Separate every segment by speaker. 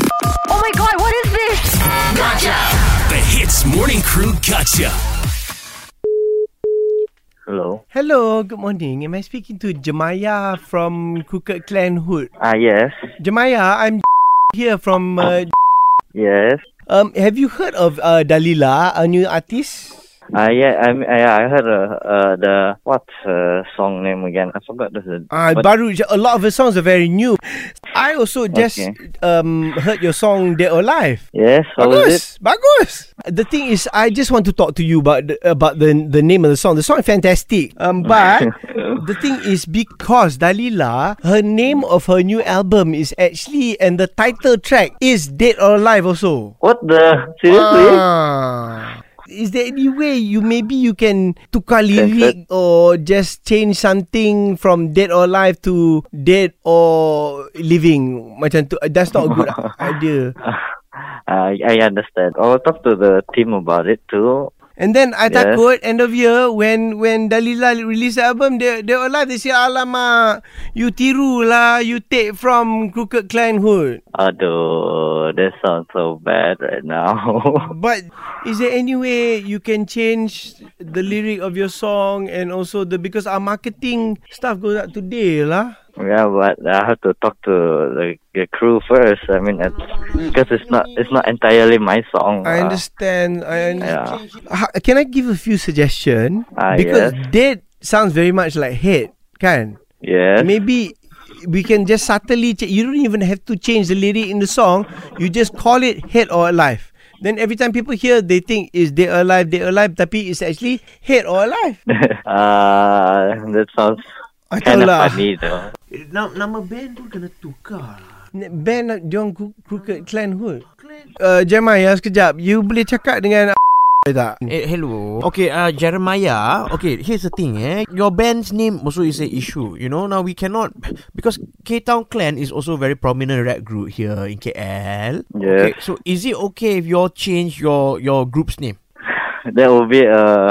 Speaker 1: Oh my god, what is this?
Speaker 2: The Hits Morning Crew Gotcha.
Speaker 3: Hello.
Speaker 4: Hello, good morning. Am I speaking to Jemaya from Crooked Clan Hood?
Speaker 3: Ah, yes.
Speaker 4: Jemaya, I'm here from. Uh,
Speaker 3: Yes.
Speaker 4: um, have you heard of uh, Dalila, a new artist?
Speaker 3: Ah, yeah. I'm, yeah. I heard uh, uh the what uh, song name again? I forgot the.
Speaker 4: Uh,
Speaker 3: but-
Speaker 4: baru je- a lot of her songs are very new. I also just
Speaker 3: Okay.
Speaker 4: um heard your song "Dead or Alive."
Speaker 3: yes. How was it?
Speaker 4: Bagus, bagus. The thing is, I just want to talk to you about the, about the the name of the song. The song is fantastic. Um, but the thing is, because Dalila, her name of her new album is actually, and the title track is "Dead or Alive" also.
Speaker 3: What the? Seriously?
Speaker 4: Ah. Is there any way you maybe you can tukar lirik or just change something from dead or alive to dead or living? Macam tu, that's not a good idea.
Speaker 3: Ah, I understand. I'll talk to the team about it too.
Speaker 4: And then I
Speaker 3: Yes.
Speaker 4: takut end of year when when Dalila release the album they they all like they say alamak you tiru lah you take from Crooked Clan Hood.
Speaker 3: Aduh, that sounds so bad right now.
Speaker 4: But is there any way you can change the lyric of your song and also the because our marketing stuff goes out today lah.
Speaker 3: yeah, but I have to talk to the, the crew first. I mean, it's, because it's not it's not entirely my song. Ah,
Speaker 4: I understand. I
Speaker 3: Yeah.
Speaker 4: understand. Ha- Can I give a few suggestion?
Speaker 3: Ah,
Speaker 4: because
Speaker 3: yes.
Speaker 4: dead sounds very much like head, kan?
Speaker 3: Yes.
Speaker 4: Maybe we can just subtly change. You don't even have to change the lyric in the song. You just call it head or alive. Then every time people hear, they think is they alive, they alive. Tapi it's actually head or alive.
Speaker 3: uh, that sounds
Speaker 4: I
Speaker 3: kind
Speaker 4: tahu
Speaker 3: of
Speaker 4: lah.
Speaker 3: funny though.
Speaker 5: Nama, nama band pun kena tukar lah.
Speaker 4: Band Dion Crooked Clan Hood. Uh, Jeremiah sekejap. You boleh cakap dengan tak?
Speaker 5: Eh, hello. Okay, uh, Jeremiah. Okay, here's the thing, eh. Your band's name also is an issue, you know. Now, we cannot... Because K-Town Clan is also a very prominent rap group here in KL. Okay,
Speaker 3: Yes.
Speaker 5: so is it okay if you all change your, your group's name?
Speaker 3: That would be a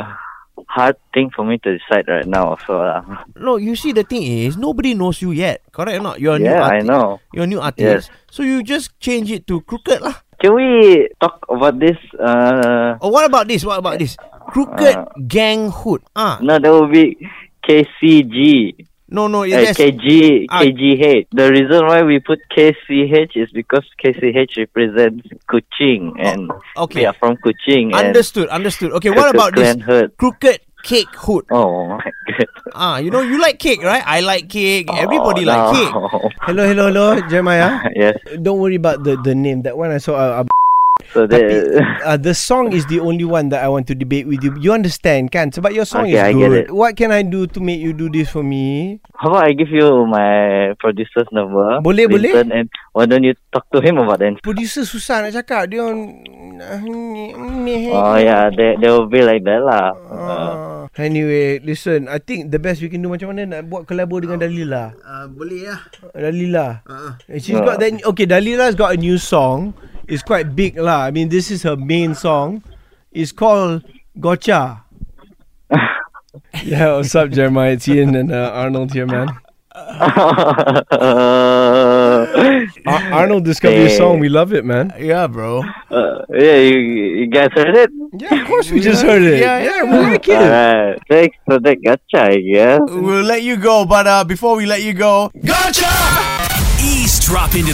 Speaker 3: hard thing for me to decide right now. So uh,
Speaker 5: No, you see, the thing is, nobody knows you yet. Correct or not? You're a new
Speaker 3: yeah, I
Speaker 5: artist.
Speaker 3: know.
Speaker 5: You're a new artist. So you just change it to Crooked lah.
Speaker 3: Can we talk about this? Uh,
Speaker 5: Oh, what about this? What about this? Crooked
Speaker 3: Uh.
Speaker 5: Gang Hood. Ah,
Speaker 3: no, that would be KCG.
Speaker 5: no, no,
Speaker 3: Eh,
Speaker 5: yes.
Speaker 3: KG,
Speaker 5: Ah.
Speaker 3: KGH. The reason why we put KCH is because KCH represents Kuching, and we
Speaker 5: okay.
Speaker 3: are from Kuching. and
Speaker 5: Understood, understood. Okay, what
Speaker 3: Crooked
Speaker 5: about this?
Speaker 3: Clan Hood.
Speaker 5: Crooked Cake Hood.
Speaker 3: Oh my god!
Speaker 5: Ah, you know, you like cake, right? I like cake. Everybody
Speaker 3: oh,
Speaker 5: like
Speaker 3: no.
Speaker 5: cake.
Speaker 4: Hello, hello, hello, Jeremiah.
Speaker 3: yes.
Speaker 4: Don't worry about the, the name. That one I saw. Uh, uh,
Speaker 3: So
Speaker 4: tapi,
Speaker 3: the
Speaker 4: uh, the song is the only one that I want to debate with you. You understand, kan? Sebab your song
Speaker 3: Okay,
Speaker 4: is
Speaker 3: I get
Speaker 4: good.
Speaker 3: it.
Speaker 4: What can I do to make you do this for me?
Speaker 3: How about I give you my producer's number?
Speaker 4: Boleh, boleh.
Speaker 3: Vincent, And why don't you talk to him about it?
Speaker 4: Producer susah nak cakap. Dia on...
Speaker 3: Oh yeah, they they will be like that lah. Uh,
Speaker 4: Uh, anyway, listen. I think the best we can do macam mana nak buat collabo dengan Dalila.
Speaker 5: Uh, boleh lah.
Speaker 4: Dalila.
Speaker 5: Uh-uh.
Speaker 4: She's got
Speaker 3: Uh.
Speaker 4: that. Okay, Dalila's got a new song. It's quite big lah. I mean, this is her main song. It's called Gotcha. yeah, what's up, Jeremiah? It's Ian and uh, Arnold here, man. Ar- Arnold discovered your
Speaker 3: Hey.
Speaker 4: song. We love it, man.
Speaker 5: Yeah, bro.
Speaker 3: uh, yeah, you, you guys heard it.
Speaker 4: Yeah, of course we just heard it. Yeah, yeah, we like it.
Speaker 3: Alright, thanks for the gacha, I guess.
Speaker 5: We'll let you go, but uh, before we let you go,
Speaker 2: Ease drop into